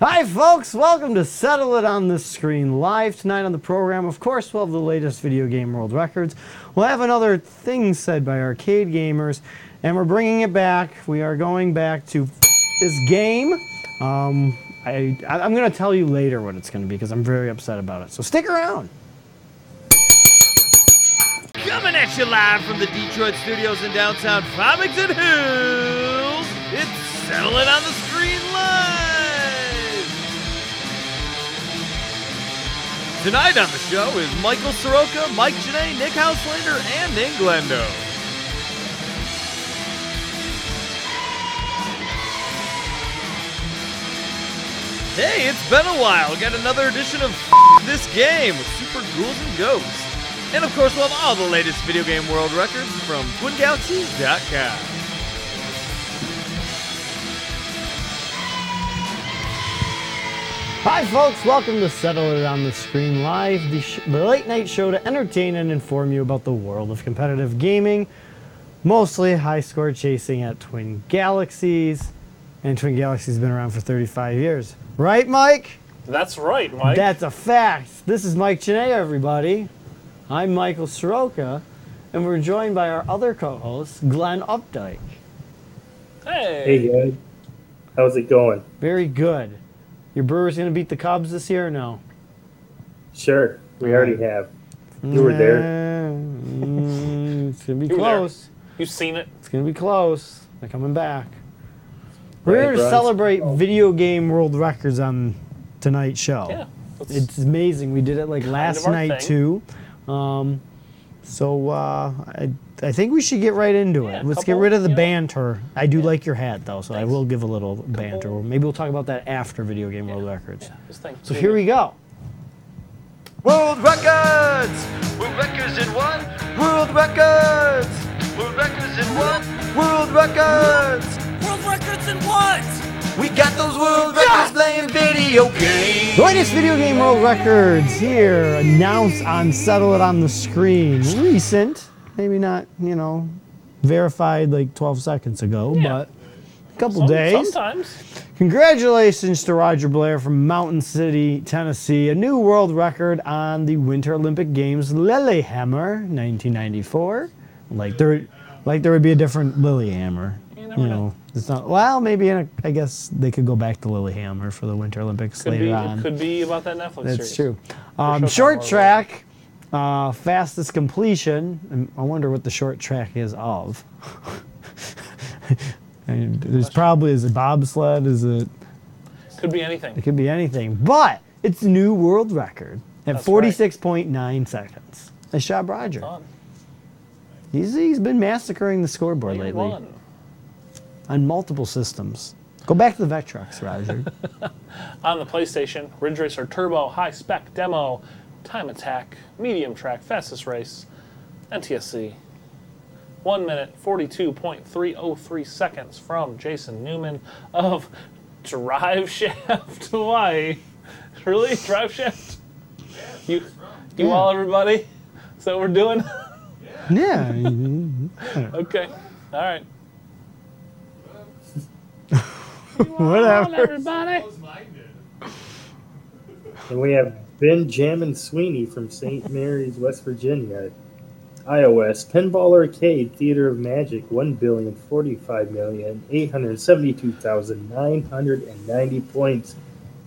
Hi, folks. Welcome to Settle It on the Screen live tonight on the program. Of course, we'll have the latest video game world records. We'll have another thing said by arcade gamers, and we're bringing it back. We are going back to this game. Um, I, I, I'm going to tell you later what it's going to be because I'm very upset about it. So stick around. Coming at you live from the Detroit studios in downtown Farmington Hills, it's Settle It on the Screen Live! Tonight on the show is Michael Soroka, Mike Janae, Nick Houselander, and Ning Glendo. Hey, it's been a while. Got another edition of This Game with Super Ghouls and Ghosts. And of course, we'll have all the latest video game world records from TwinGalaxies.com. Hi, folks. Welcome to Settle It on the Screen Live, the, sh- the late night show to entertain and inform you about the world of competitive gaming, mostly high score chasing at Twin Galaxies. And Twin Galaxies has been around for 35 years. Right, Mike? That's right, Mike. That's a fact. This is Mike Cheney, everybody. I'm Michael Soroka, and we're joined by our other co host, Glenn Updike. hey. Hey guys, how's it going? Very good. Your Brewers going to beat the Cubs this year or no? Sure, we already have. You were there. Mm, it's gonna be You were there. close. You've seen it. It's gonna be close. They're coming back. We're here to Bryce. celebrate Oh. video game world records on tonight's show. Yeah. That's- It's amazing. We did it like last of our night thing. too. Um, so uh, I, I think we should get right into Yeah, it. Let's get couple, rid of the you know. banter. I do like your hat though, so I Thanks. will give a little banter. Maybe we'll talk about that after video game world records. yeah, this thing. So here we go. World records! World records in one! World records! World records in one! World records! World records in what? We got those world records playing video games! The latest video game world records here announced on Settle It on the Screen. Recent, maybe not, you know, verified like 12 seconds ago, Yeah. but a couple Some- days. Sometimes. Congratulations to Roger Blair from Mountain City, Tennessee. A new world record on the Winter Olympic Games Lilyhammer 1994. Like there like there would be a different Lilyhammer. You, never know. know, it's not well, maybe in a, I guess they could go back to Lilyhammer for the Winter Olympics Could later be, on. it could be about that Netflix series. That's true. Um, Showtime short Marvel. track, uh, fastest completion. Um, I wonder what the short track is of. And There's probably is it bobsled? Is it? Could be It anything. could be anything. But it's new world record at That's right. 46.9 seconds. Nice job, Roger. Fun. He's he's been massacring the scoreboard lately They won. on multiple systems. Go back to the Vectrex, Roger. On the PlayStation, Ridge Racer Turbo, High Spec Demo, Time Attack, Medium Track, Fastest Race, NTSC. 1 minute 42.303 seconds from Jason Newman of Drive Shaft Hawaii. Really? Drive Shaft? You, you Yeah. all, everybody? Is that what we're doing? yeah. mhm. okay. All right. All, Whatever. everybody. And we have Benjamin Sweeney from St. Mary's, West Virginia. iOS, Pinball Arcade, Theater of Magic, 1,045,872,990 points.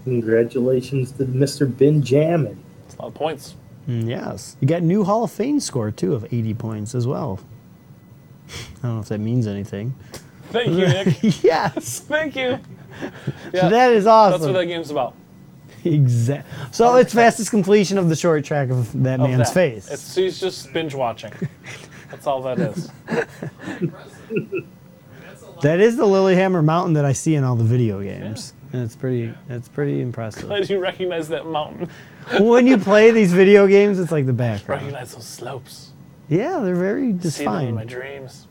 Congratulations to Mr. Benjamin. That's a lot of points. Mm, Yes. You got new Hall of Fame score too of 80 points as well. I don't know if that means anything. Thank you, Nick. yes. Thank you. So Yeah, that is that's what awesome. that game's about. exactly. So it's fastest completion of the short track of that of man's that. face. It's, she's just binge watching. That's all that is. that is the Lilyhammer Mountain that I see in all the video games. And it's pretty it's pretty impressive. Glad you recognize that mountain. when you play these video games, it's like the background. Recognize those slopes. Yeah, they're very See them in my defined. dreams.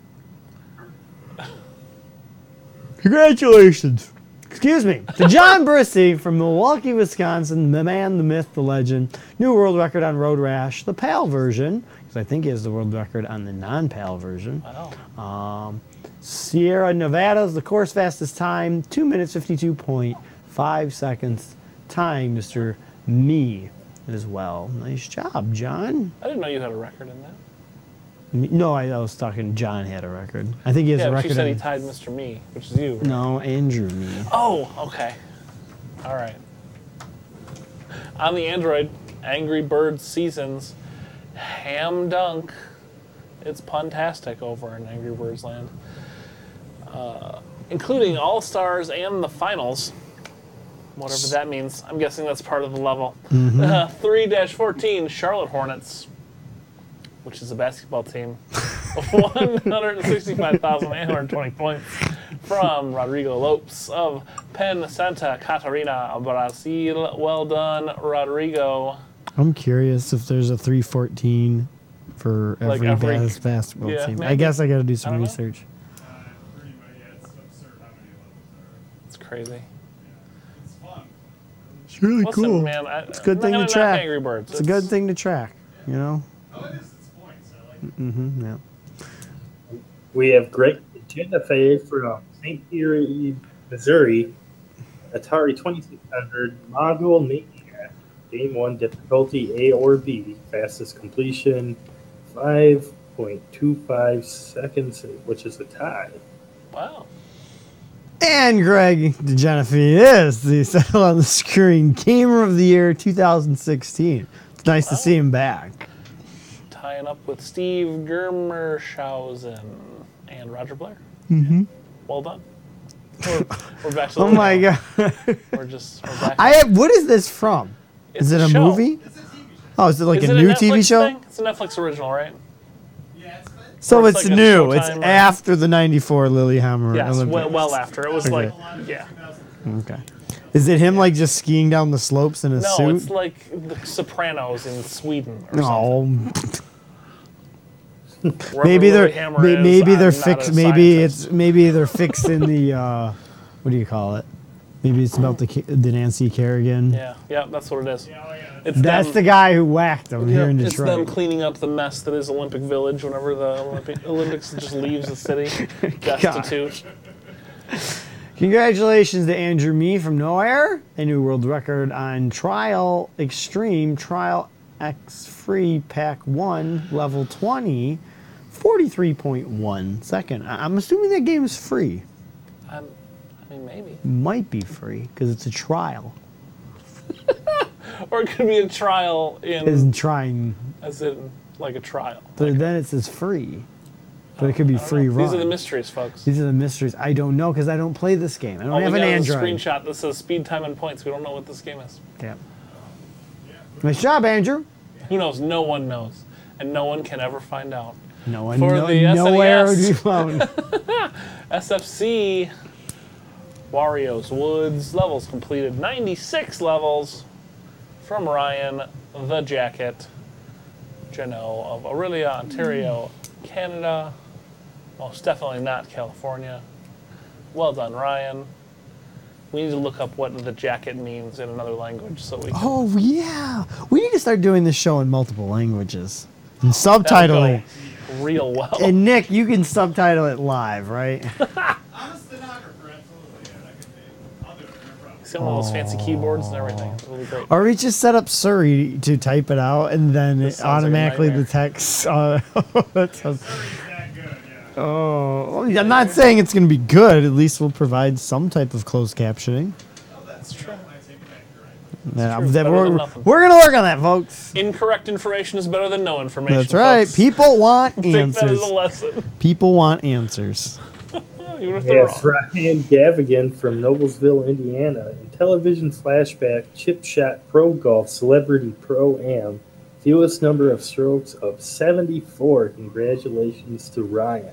Congratulations. Excuse me. To John Brissy from Milwaukee, Wisconsin, the man, the myth, the legend, new world record on Road Rash, the PAL version, because I think he has the world record on the non PAL version. Wow. Sierra Nevada's the course fastest time, 2 minutes 52.5 five seconds, tying Mr. Me as well. Nice job, John. I didn't know you had a record in that. N- No, I, I was talking. John had a record. I think he has Yeah, a but record. you said he in- tied Mr. Me, which is you. right? no, Andrew Me. Oh, okay. All right. On the Android, Angry Bird Seasons, Ham Dunk. It's puntastic over in Angry Birds Land. Uh, including All Stars and the Finals. Whatever that means. I'm guessing that's part of the level. 3 14 Charlotte Hornets, which is a basketball team. 165,820 points from Rodrigo Lopes of Penn Santa Catarina, Brazil. Well done, Rodrigo. I'm curious if there's a 314 for Like every, every- bas- basketball yeah, team. I maybe. guess I got to do I some don't know. research. pretty much, yeah, it's absurd how many levels there are. It's crazy. It's fun. It's really Listen, cool. man. I, it's a good thing to track. Angry Birds. It's a good thing to track, you know? Oh, it is. It's points. I like Mm-hmm, yeah. We have Greg Jennifer from St. Peter, Missouri. Atari 2600 module maniac. Game one difficulty A or B. Fastest completion 5.25 seconds, which is a tie. Wow. And Greg DeGenefi is the Settle on the Screen Gamer of the Year 2016. It's nice to see him back. Tying up with Steve Germershausen and Roger Blair. Well done. We're, we're back to the Oh my level. god. We're just we're back. I have, what is this from? It's is it a, show. movie? Oh, is it like Is a it new Netflix TV show? thing? It's a Netflix original, right? Yeah, it's fun. So Or it's, it's like a new. It's Showtime or- after the 94 Lilyhammer Yes, Olympics. well, well after. It was Okay. like, yeah. Okay. Is it him like just skiing down the slopes in a No, suit? it's like The Sopranos in Sweden or something. no, Wherever maybe they're Lilyhammer may- is, maybe I'm they're not a fixed. Maybe scientist. it's maybe they're fixed in the uh, what do you call it? Maybe it's about the Ca- the Nancy Kerrigan. Yeah, yeah, that's what it is. Yeah, oh, yeah. It's That's the them, guy who whacked him yeah, here in It's them Detroit. cleaning up the mess that is Olympic Village whenever the Olympic, Olympics just leaves the city destitute. Congratulations to Andrew Me from Nowhere, a new world record on Trial Extreme Trial X Free Pack 1, level 20, 43.1 second. I- I'm assuming that game is free. I'm, I mean, maybe. Might be free because it's a trial. Or it could be a trial in, Isn't trying, as in, like a trial. but then it says free. But it could be free run. Oh, These are the mysteries, folks. These are the mysteries. I don't know because I don't play this game. I don't All Oh, we have an got is a Android. screenshot that says speed, time, and points. We don't know what this game is. Yeah. Nice job, Andrew. Who knows? No one knows. And no one can ever find out. No one, For no, the E nowhere would SNES. be found. SFC Wario's Woods levels completed 96 levels from Ryan the Jacket Geno of Aurelia, Ontario, Canada. Most definitely not California. Well done, Ryan. We need to look up what the jacket means in another language so we can. Oh yeah, we need to start doing this show in multiple languages and That would subtitling. go real well. And Nick, you can subtitle it live, right? I'm a stenographer, absolutely. Yeah, I can do. I'll do it. No problem. See one of those fancy keyboards and everything. It's really great. or we just set up Surrey to type it out, and then This it sounds like a automatically nightmare. detects. Uh, that sounds. It's that good. Yeah. Oh, I'm not saying it's going to be good. At least we'll provide some type of closed captioning. Oh, that's true. I take it back. You're right. Yeah, true. that- Better we're than nothing. going to work on that, folks. Incorrect information is better than no information. That's right. folks. People want Take that as answers. a lesson. People want answers. Even if We they're have wrong. Brian Gavigan from Noblesville, Indiana. In television flashback, chip shot pro golf celebrity pro am. Fewest number of strokes of 74. Congratulations to Ryan.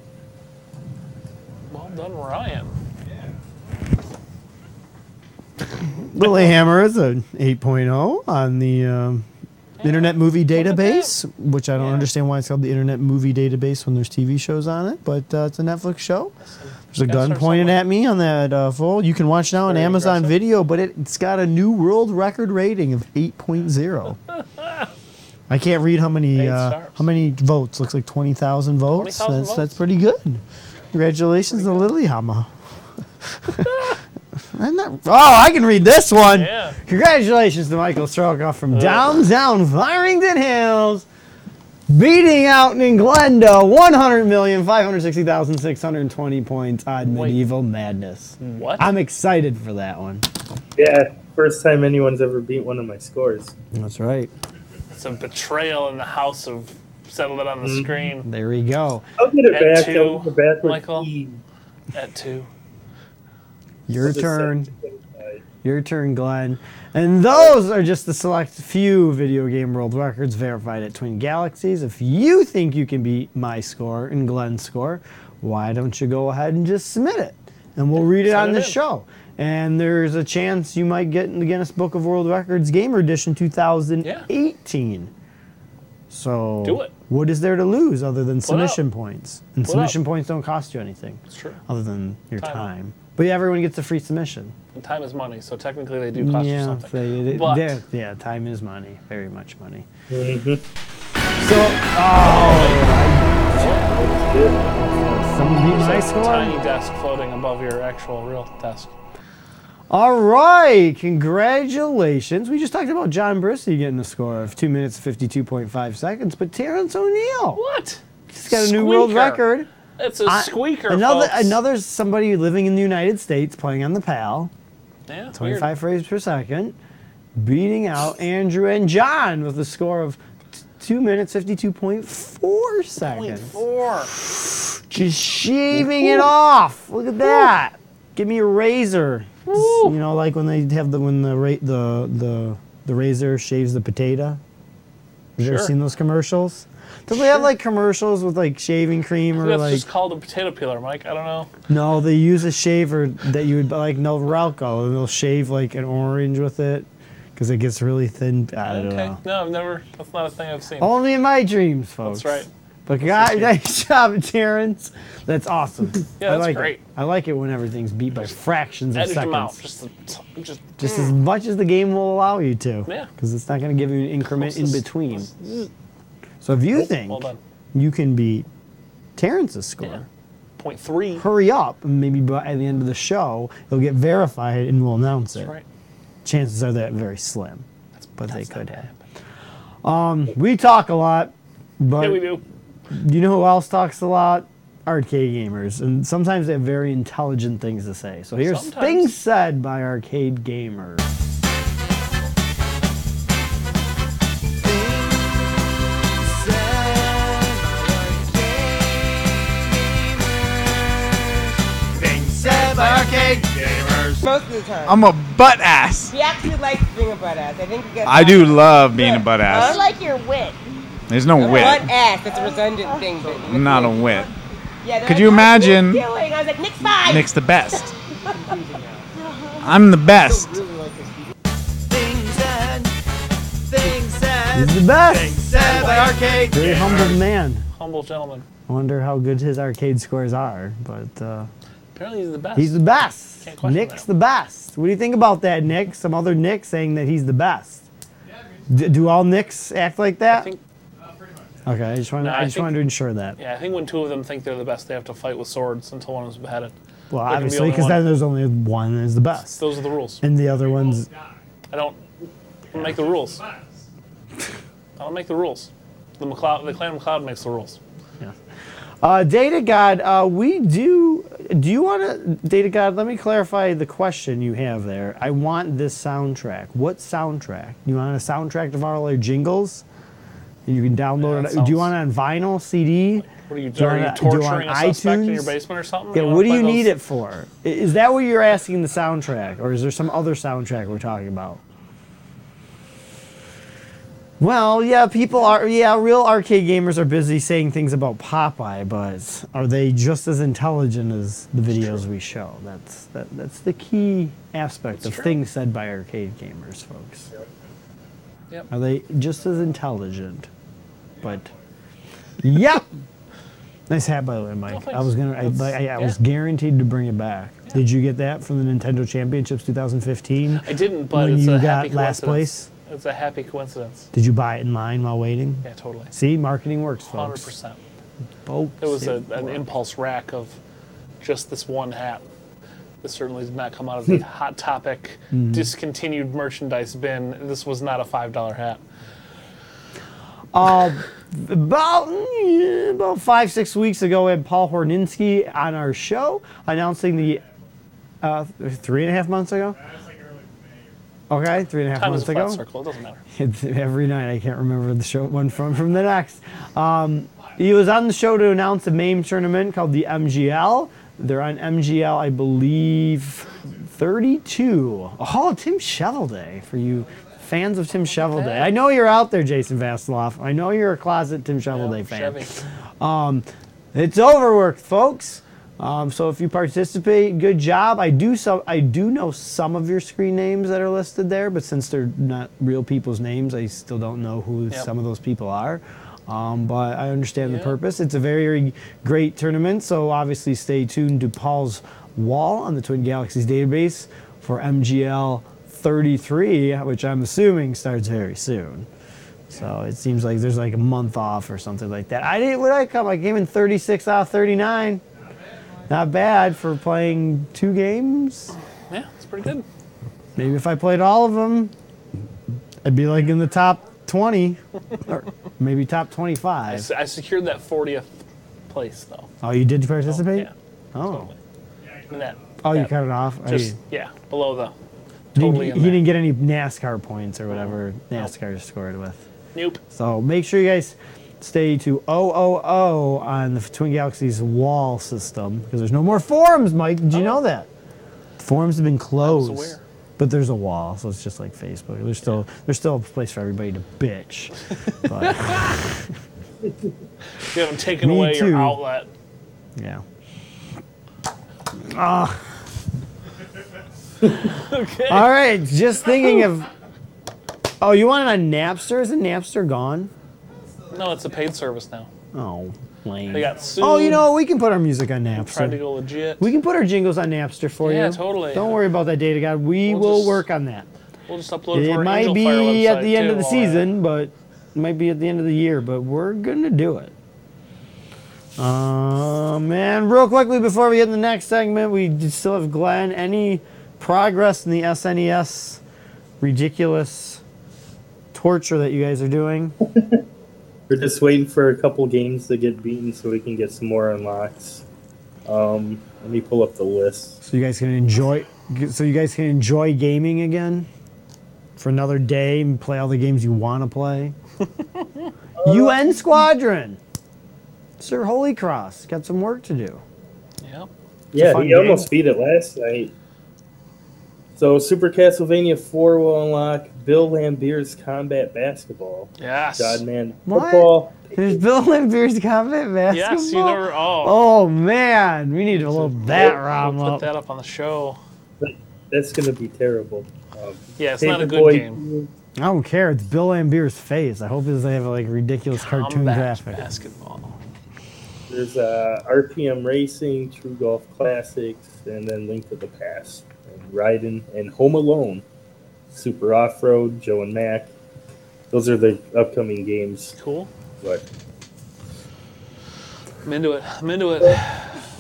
Well done, Ryan. Lily Hammer is an 8.0 on the um, Internet Movie at Database, which I don't Yeah. understand why it's called the Internet Movie Database when there's TV shows on it, but uh, it's a Netflix show. There's a gotta gun start pointed somewhere. at me on that uh, fold. You can watch now on Very Amazon aggressive. Video, but it, it's got a new world record rating of 8.0. I can't read how many Eight uh, stars. how many votes. Looks like 20,000 votes. 20,000 that's that's votes. pretty good. Congratulations to Lily Hammer. I'm not, oh, I can read this one. Yeah. Uh. Congratulations to Michael Strokoff from downtown Farmington Hills, beating out Ninglendo 100,560,620 points on Wait. Medieval Madness. What? I'm excited for that one. Yeah, first time anyone's ever beat one of my scores. That's right. It's a betrayal in the house of settlement on the Mm-hmm. screen There we go. I'll get it At back. two, I'll get it back with Michael. E. at two. Your Just set turn. it aside. Your turn, Glenn. And those are just the select few video game world records verified at Twin Galaxies. If you think you can beat my score and Glenn's score, why don't you go ahead and just submit it? And we'll read it Send on it this in. show. And there's a chance you might get in the Guinness Book of World Records Gamer Edition 2018. So, Do it. what is there to lose other than it up. submission points? And Pull it up. submission points don't cost you anything It's true. other than your Time. time. But yeah, everyone gets a free submission And time is money, so technically they do cost you yeah, something. they- they- but they're- yeah, time is money, very much money. Mm-hmm. Mhm. So, oh, someone beat my it's a tiny score. desk floating above your actual real desk. All right, congratulations. We just talked about John Brissy getting a score of two minutes fifty-two point five seconds, but Terrence O'Neill What? he's got a new world Squeaker. record. It's a I- squeaker. Another, folks. another somebody living in the United States playing on the PAL. Yeah, it's weird. 25 frames per second, beating out Andrew and John with a score of t- 2 minutes 52.4 seconds. Four. Just shaving it off. Look at that. Give me a razor. It's, You know, like when they have the when the ra- the the the razor shaves the potato. Have you ever Sure. seen those commercials? Don't they have like commercials with like shaving cream or That's like just called a potato peeler, Mike. I don't know. no, they use a shaver that you would buy, like no Norelco, and they'll shave like an orange with it because it gets really thin. I don't Okay. know. No, I've never. That's not a thing I've seen. Only in my dreams, folks. That's right. But God, nice job, Terrence. That's awesome. Yeah, I that's like great. It. I like it when everything's beat by fractions of Edit them out. seconds, Just, the- just. mm. just as much as the game will allow you to. Yeah. Because it's not going to give you an increment in Closest- between. closest- So if you Well think done. you can beat Terrence's score. Yeah. Point three. Hurry up, and maybe by the end of the show, it'll get verified and we'll announce it. That's right. chances are that very slim. but That's they not could gonna have. Um, happen. We talk a lot, but Yeah, we do. you know who else talks a lot? Arcade gamers, and sometimes they have very intelligent things to say. So here's Sometimes. things said by arcade gamers. Most of the time. I'm a butt ass. he actually likes being a butt ass. I think he gets. I do love being a butt I ass. like your wit. There's no Butt wit. ass. That's a redundant thing. But I'm not a wit. Yeah, they're Mm. Could like, you "Oh, he's imagine- Killing. I was like, Nick's five. Nick's the best. I'm the best. He's the best. Very humble man. Humble gentleman. I wonder how good his arcade scores are, but uh, Apparently he's the best. he's the best. Can't question Nick's that. the best. What do you think about that, Nick? Some other Nick saying that he's the best. D- do all Nicks act like that? I think. Okay, I just wanted, No, I I just think- wanted to ensure that. Yeah, I think when two of them think they're the best, they have to fight with swords until one is beheaded. well, can be obviously, only because one. then there's only one that's the best, Those are the rules. and the other one's I don't make the rules. I don't make the rules. The McLeod, the Clan McLeod makes the rules. uh, data god. Uh, we do. Do you want to data god? Let me clarify the question you have there. I want this soundtrack. What soundtrack? You want a soundtrack of all our jingles? And you can download Yeah, that it. Do you sounds- want it on vinyl, CD? What are you Do you doing? Are want you it- do you torturing a want suspect in your iTunes? basement or something? Yeah, You wanna what do play you need those- it for? I- Is that what you're asking the soundtrack, or is there some other soundtrack we're talking about? Well, yeah, people are, yeah, real arcade gamers are busy saying things about Popeye, but are they just as intelligent as the videos we show? That's that, that's the key aspect of things said by arcade gamers, folks. Yep. Are they just as intelligent? But, yep. Nice hat, by the way, Mike. I thanks. was gonna, I, That's- I, I yeah. was guaranteed to bring it back. Did you get that from the Nintendo Championships 2015? I didn't, but when it's you a got happy last coincidence. place? It's a happy coincidence. Did you buy it in line while waiting? Yeah, totally. See, marketing works, Hundred folks. percent. Folks, It was a, an works. impulse rack of just this one hat. This certainly did not come out of the Hot Topic Mm-hmm. discontinued merchandise bin. This was not a $5 hat. Uh, About, eh, about five, six weeks ago, we had Paul Horninski on our show announcing the uh, th- three and a half months ago. Okay, three and a half Time is months a flat ago. circle. It doesn't matter. It's every night. I can't remember the show one from from the next. Um, he was on the show to announce a MAME tournament called the MGL. They're on MGL, I believe, 32. Oh, Tim Shevelday for you fans of Tim Shevelday. I know you're out there, Jason Vasiloff. I know you're a closet Tim Shevelday fan. Chevy. It's overworked, folks. Um, so if you participate, good job. I do some. I do know some of your screen names that are listed there, but since they're not real people's names, I still don't know who Yep. some of those people are. Um, but I understand the Yeah. purpose. It's a very, very great tournament. So obviously, stay tuned to Paul's wall on the Twin Galaxies database for MGL 33, which I'm assuming starts very soon. So it seems like there's like a month off or something like that. I didn't. What did I come? I came in 36 out of 39. Not bad for playing two games. Yeah, it's pretty good. Maybe if I played all of them, I'd be like in the top 20 or maybe top I, 25. se- I secured that 40th place, though. Oh, you did participate? Yeah. Oh, In that, oh, you that- cut it off. Oh, Just, you- yeah, below the. you didn't- Totally in he there. Oh, didn't get any NASCAR points or whatever NASCAR scored with. Nope. So make sure you guys stay to 000 on the Twin Galaxies wall system because there's no more forums, Mike. Did you know that? Forums have been closed. Oh. aware. But there's a wall, so it's just like Facebook. There's still there's still a place for everybody to bitch. But You haven't taken Me away too. your outlet. yeah. Ah. Okay. All right, just thinking of Oh, you want it on Napster? Isn't Napster gone? No, it's a paid service now. Oh, lame. They got sued. Oh, you know, we can put our music on Napster. Tried to go legit. We can put our jingles on Napster for you. Yeah, totally. Don't worry about that data, God. We We'll will just- work on that. we'll just upload it to It our might Angel Fire be at website, the end of too, the while we're at it. season, but it might be at the end of the year. But we're gonna do it. Um, and real quickly before we get in the next segment, we d- still have Glenn. Any progress in the SNES ridiculous torture that you guys are doing? We're just waiting for a couple games to get beaten so we can get some more unlocks. Um, let me pull up the list. So you guys can enjoy. So you guys can enjoy gaming again for another day and play all the games you want to play. UN Squadron, Sir Holy Cross got some work to do. Yep. Yeah, fun we game. almost beat it last night. So Super Castlevania 4 will unlock Bill Lambier's Combat Basketball, Yes. Godman What? Football. There's Bill Lampier's combat basketball. Yes, you never. Oh, Oh man, we need to load that ROM we'll put up. that up on the show. That's gonna be terrible. Um, Yeah, it's not a good Paperboy game. 2, I don't care. It's Bill Lambier's face. I hope they have like ridiculous cartoon Combat graphic. Basketball. There's uh, RPM Racing, True Golf Classics, and then Link to the Past, and Raiden, and Home Alone, Super Off Road, Joe and Mac. Those are the upcoming games. Cool. But I'm into it. I'm into it.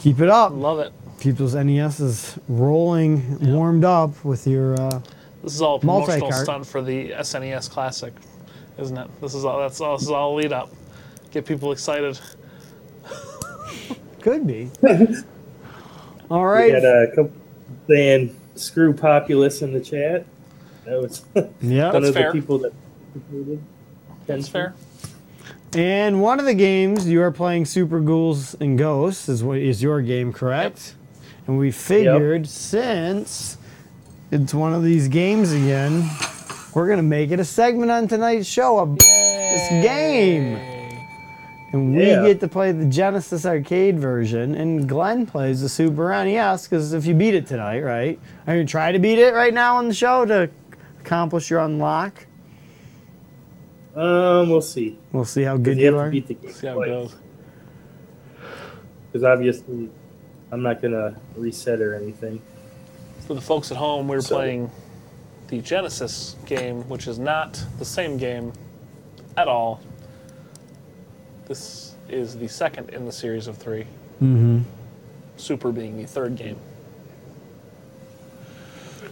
Keep it up. Love it. Keep those NESs rolling, warmed up with your. Uh, This is all a promotional Multi-cart. stunt for the SNES Classic, isn't it? This is all. That's all. This is all lead up. Get people excited. could be. All we right. had a couple saying "screw populace" in the chat. That was Yeah. one of fair. the people that. That's fair. And one of the games you are playing Super Ghouls and Ghosts is what is your game, correct? And we figured since it's one of these games again, we're gonna make it a segment on tonight's show of this game. And we Yeah. get to play the Genesis arcade version, and Glenn plays the Super NES because if you beat it tonight, right? Are you gonna try to beat it right now on the show to accomplish your unlock? Um, we'll see. We'll see how 'Cause good you you have to are. beat the game. See how it goes. Because obviously, I'm not gonna reset or anything. For the folks at home, we're So- playing the Genesis game, which is not the same game at all. This is the second in the series of 3 Mm-hmm. Super being the third game.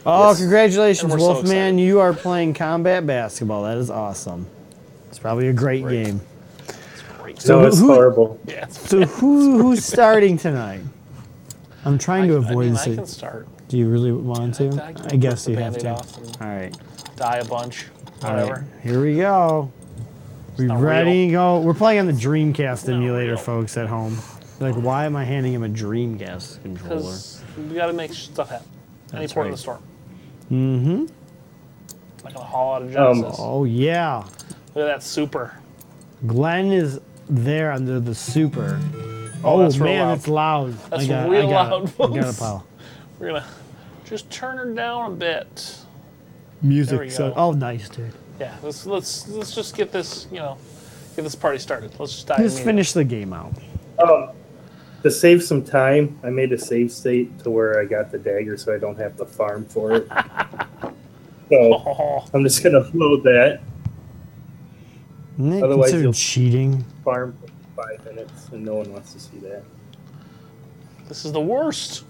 Oh, Yes. congratulations, And we're so Wolfman. excited. you are playing combat basketball. That is awesome. It's probably a great Great. game. no, it's who- horrible. Yeah, it's So who who's starting tonight? I'm trying to I, mean, avoid I this. can start. Do you really want I to? can- I can I guess rip you the have Band-Aid to. All off and- right. Die a bunch. All right. Whatever. Here we go. We not ready? Go. We're playing on the Dreamcast real. emulator, folks, at home. Like, why am I handing him a Dreamcast controller? Because we gotta make stuff happen. Any That's port in right. the storm. Mm-hmm. Not gonna haul out of Genesis. Oh yeah. Look at that super. Glenn is there under the super. Oh, Oh, that's real man, loud. it's loud. That's I got, I real got, I loud, got folks. a pile. We're gonna just turn her down a bit. Music. we so- go. oh, nice, dude. Yeah, let's let's let's just get this you know, get this party started. Let's just dive Let's in. finish the game out. Um, to save some time, I made a save state to where I got the dagger, so I don't have to farm for it. so Oh, I'm just gonna load that Isn't it Otherwise considered you'll- cheating? farm for five minutes, and no one wants to see that. this is the worst.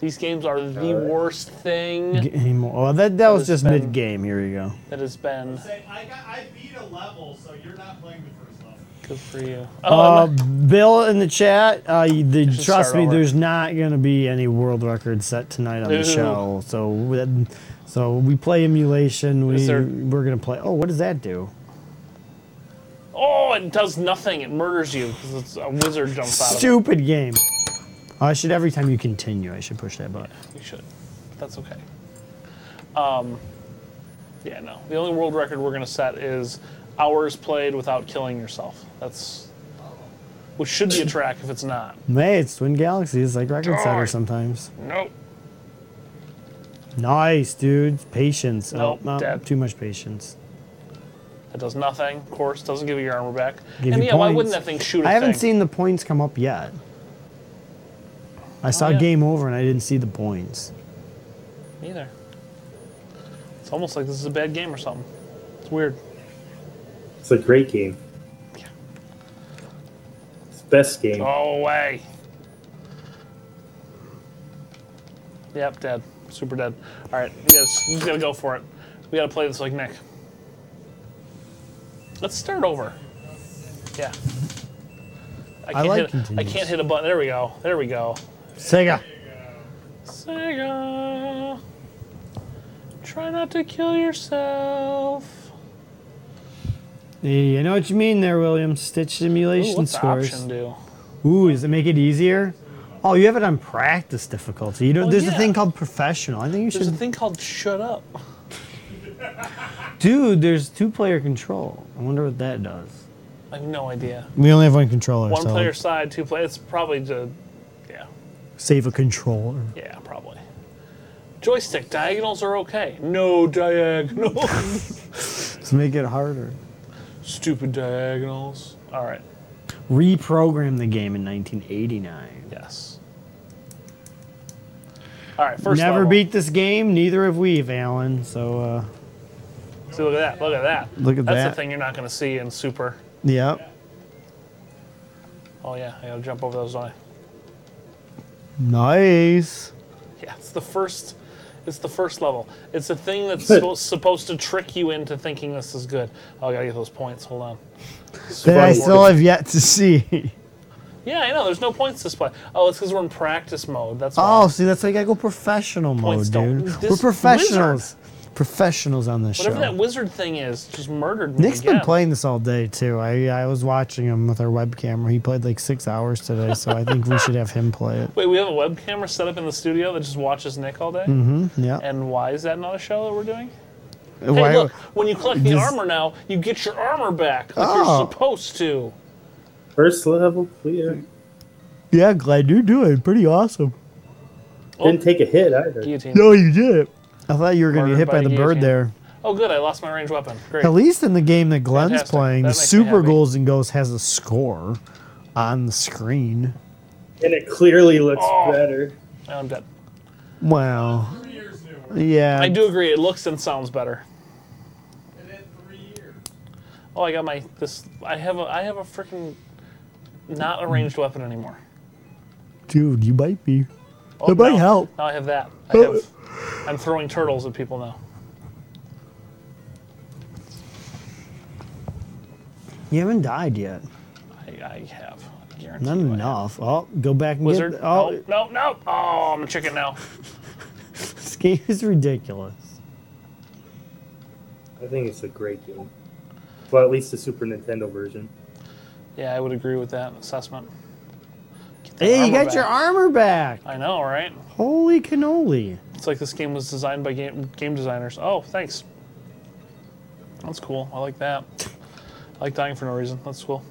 These games are the Alright. worst thing Game, oh, that, that was was just been- mid game. Here we go. that has been Say, I, got, I beat a level, so you're not playing the first level. good for you. Uh, Oh, Bill in the chat, uh, you- the, should trust start me, over. there's not going to be any world record set tonight on Ooh. the show. So, we- so we play emulation. We, Is there- We're going to play. Oh, what does that do? oh, it does nothing. It murders you because it's a wizard jumps out. of Stupid game. Oh, I should every time you continue, I should push that button. it. You should. That's okay. Um, yeah, no. The only world record we're gonna set is hours played without killing yourself. That's which should be a track if it's not. Hey, it's Twin Galaxies, like record setter Darn. sometimes. Nope. Nice, dude. Patience. Nope, oh, no, dead. too much patience. That does nothing, of course. Doesn't give you your armor back. Give and you yeah, why points. wouldn't that thing shoot a I haven't thing? seen the points come up yet. I saw Oh, yeah. game over and I didn't see the points. either. It's almost like this is a bad game or something. It's weird. It's a great game. It's the best game. Go away. Yep, dead. Super dead. All right, you guys, you just gotta go for it. We gotta play this like Nick. Let's start over. Yeah. I can't, like hit, I continues. can't hit a button. There we go. There we go. Sega. Sega. Try not to kill yourself. Yeah, I know what you mean there, William. Stitch Ooh, simulation what's the scores. option do? Ooh, does it make it easier? Oh, you have it on practice difficulty. You don't, Well, there's yeah. a thing called professional. I think you There's a should. thing called shut up. Dude, there's two player control. I wonder what that does. I have no idea. We only have one controller. One so player side, two player. It's probably the, yeah, save a controller. yeah, probably. Joystick diagonals are okay. No diagonals. Let's make it harder. Stupid diagonals. All right. Reprogram the game in 1989. Yes. All right. First Never level. beat this game. Neither have we, Alan. So, uh, See, look at that. Look at that. Look at That's that. the thing you're not going to see in super. yeah. Oh yeah, I gotta jump over those, don't I? Nice. Yeah, it's the first. It's the first level. It's the thing that's supposed supposed to trick you into thinking this is good. Oh, I gotta get those points. Hold on. That I Scoreboard. still have yet to see. Yeah, I know. There's no points this play. Oh, it's because we're in practice mode. That's why. Oh, see, that's why you gotta go professional mode, Points don't- dude. this We're professionals. Professionals on this Whatever show. that wizard thing is, just murdered me Nick's again. been playing this all day too. I I was watching him with our web camera. He played like six hours today, so I think we should have him play it. Wait, we have a web camera set up in the studio that just watches Nick all day. Mm-hmm. Yeah. And why is that not a show that we're doing? Hey, Why- look, when you collect the Just- armor now, you get your armor back like Oh. you're supposed to. First level clear. Yeah, glad you're doing pretty awesome. Didn't take a hit either. Guillotine. No, you did. I thought you were going to get Murdered hit by by the the bird guillotine. there. Oh, good. I lost my ranged weapon. Great. At least in the game that Glenn's Fantastic. playing, That the makes me Super happy. Goals and Ghosts has a score on the screen. And it clearly looks Oh. better. Now I'm dead. Wow. Three years new, and Yeah. I do agree. It looks and sounds better. then three years. Oh, I got my this. I have a I have a freaking not a ranged weapon anymore. Dude, you might be. Oh, That might now- help. Now I have that. I have, I'm throwing turtles at people now. You haven't died yet. I, I have. I guarantee Not you I have. enough. Oh, go back and Wizard. get. Oh, No, no, no. Oh, I'm a chicken now. this game is ridiculous. I think it's a great game. Well, at least the Super Nintendo version. Yeah, I would agree with that assessment. Get that Hey, you got armor back. your armor back. I know, right? Holy cannoli. It's like this game was designed by game, game designers. Oh, thanks. That's cool. I like that. I like dying for no reason. That's cool.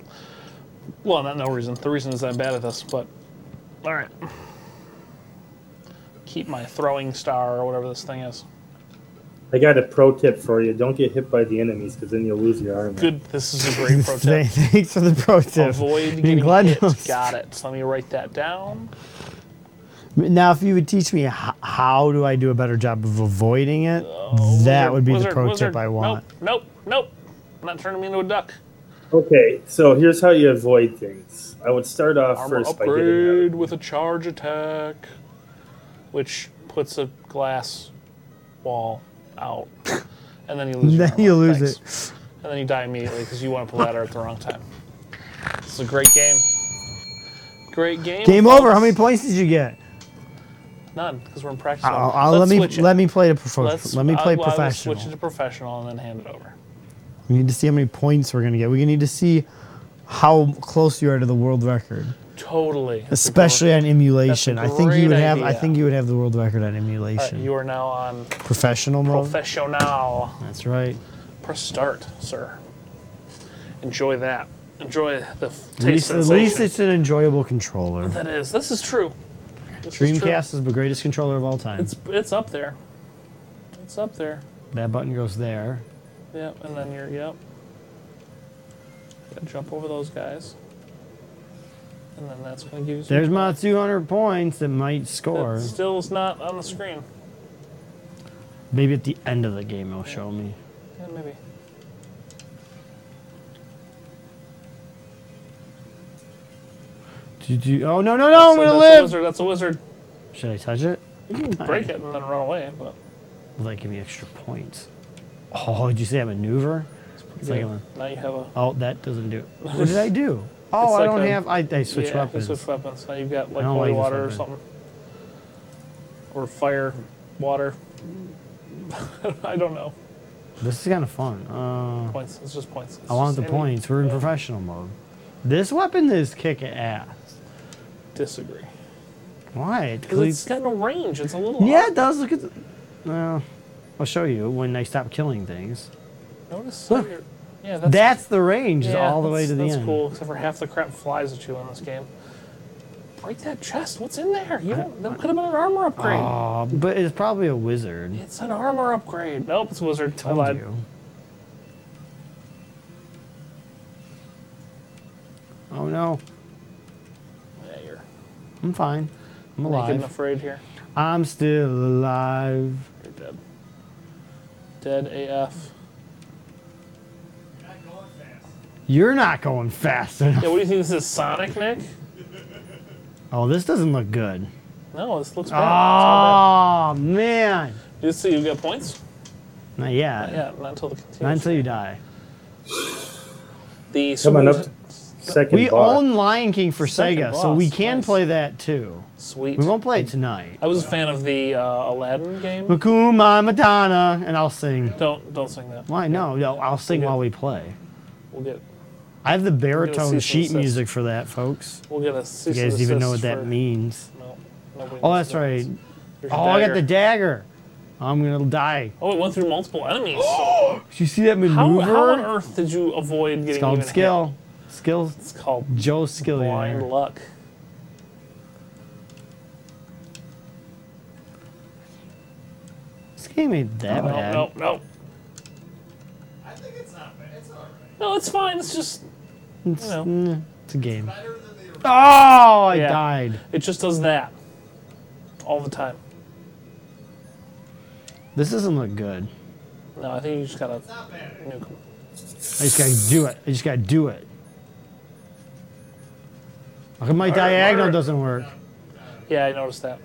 Well, not no reason. The reason is I'm bad at this, but. Alright. Keep my throwing star or whatever this thing is. I got a pro tip for you: don't get hit by the enemies, because then you'll lose your armor. Good. This is a great pro tip. Thanks for the pro tip. Avoid I'm getting glad hit. you- Got it. So let me write that down. Now, if you would teach me h- how do I do a better job of avoiding it, Oh, that Wizard, would be the wizard, pro wizard. tip I want. Nope, nope, nope. I'm not turning me into a duck. Okay, so here's how you avoid things. I would start off Armor first by getting out. upgrade with a charge attack, which puts a glass wall out, and then you lose. your Then you armor. lose Thanks. and then you die immediately because you want to pull that out at the wrong time. This is a great game. Great game. it. Game over. How folks. many points did you get? None, because we're in practice. I'll, mode. I'll- Oh, Let's let me switch it. let me play to prof- Let's- let me I- play well, I will professional. Switch it to professional and then hand it over. We need to see how many points we're gonna get. We need to see how close you are to the world record, Totally. That's a good especially one. on emulation. I That's a think you great would have. I idea. think you would have the world record on All right, emulation. you are now on professional mode. professional. That's right. Press start, sir. Enjoy that. Enjoy the f- taste At least, at sensation. least it's an enjoyable controller. that is. This is true. This is true. Dreamcast is the greatest controller of all time. It's it's up there. It's up there. that button goes there. Yep, and then you're yep. Gotta jump over those guys. And then that's gonna give you. some There's my points. 200 points that might score. It still is not on the screen. Maybe at the end of the game it'll show me. Yeah, maybe. Did you, oh no no no! I'm So gonna that's a live. wizard. That's a wizard. Should I touch it? Break it and then run away. But Will that give me extra points? Oh, did you say I maneuver? It's like a, now you have a. oh, that doesn't do. it. What did I do? Oh, It's I like don't a- have. I, I switch yeah, weapons. You switch weapons. Now you've got like I don't like holy this water or weapon. something. Or fire water. I don't know. This is kind of fun. Uh, Points. It's just points. It's I want just the any- points. We're in yeah, professional mode. This weapon is kicking ass. Disagree. Why? It Because it's cleaves- got no range. It's a little. yeah, off. it does. Look at. The, well, I'll show you when I stop killing things. Notice. how you're- Yeah, that's, That's the range, is yeah, all the way that's- to the that's end. cool, except for half the crap flies at you in this game. Break that chest. What's in there? You don't, that could have been an armor upgrade. Aw, but it's probably a wizard. It's an armor upgrade. Nope, it's a wizard. I Told lied. you. Oh no, Yeah, you're I'm fine. I'm naked and alive. afraid here. I'm still alive. You're dead. Dead AF. You're not going fast. You're not going fast enough. Yeah, what do you think? This is Sonic, Nick? Oh, this doesn't look good. No, this looks bad. It's all Oh man, bad. Did you see you get points? not yet. Yeah, not until the continues. Not until you die. the Come on Super, up, to second We boss. own Lion King for Second Sega, so we boss, can nice. play that too. Sweet. We won't play it tonight. I was a fan of the uh, Aladdin game. Makuma Madonna, and I'll sing. Don't don't sing that. Why no? No, I'll sing while we play. We'll get I have the cease baritone and sheet desist. music for that, folks. we'll get a. Cease You guys and even know what desist that for- means? No, nobody Oh, knows that's what that right. is. There's a Oh, I got the dagger. dagger. I'm gonna die. Oh, it went through multiple enemies. Did you see that how, how on maneuver? earth did you avoid getting It's called even Hit? skill. Skill. It's called Joe Skill. blind luck. This game ain't that No, bad. no, no. I think it's not bad. It's alright. No, it's fine. It's just It's, you know. mm, it's a game. Better than the Oh, I Yeah. died. It just does that all the time. This doesn't look good. No, I think you just gotta Not bad. nuke 'em. I just gotta do it. I just gotta do it. How come my diagonal doesn't work? Yeah, I noticed that.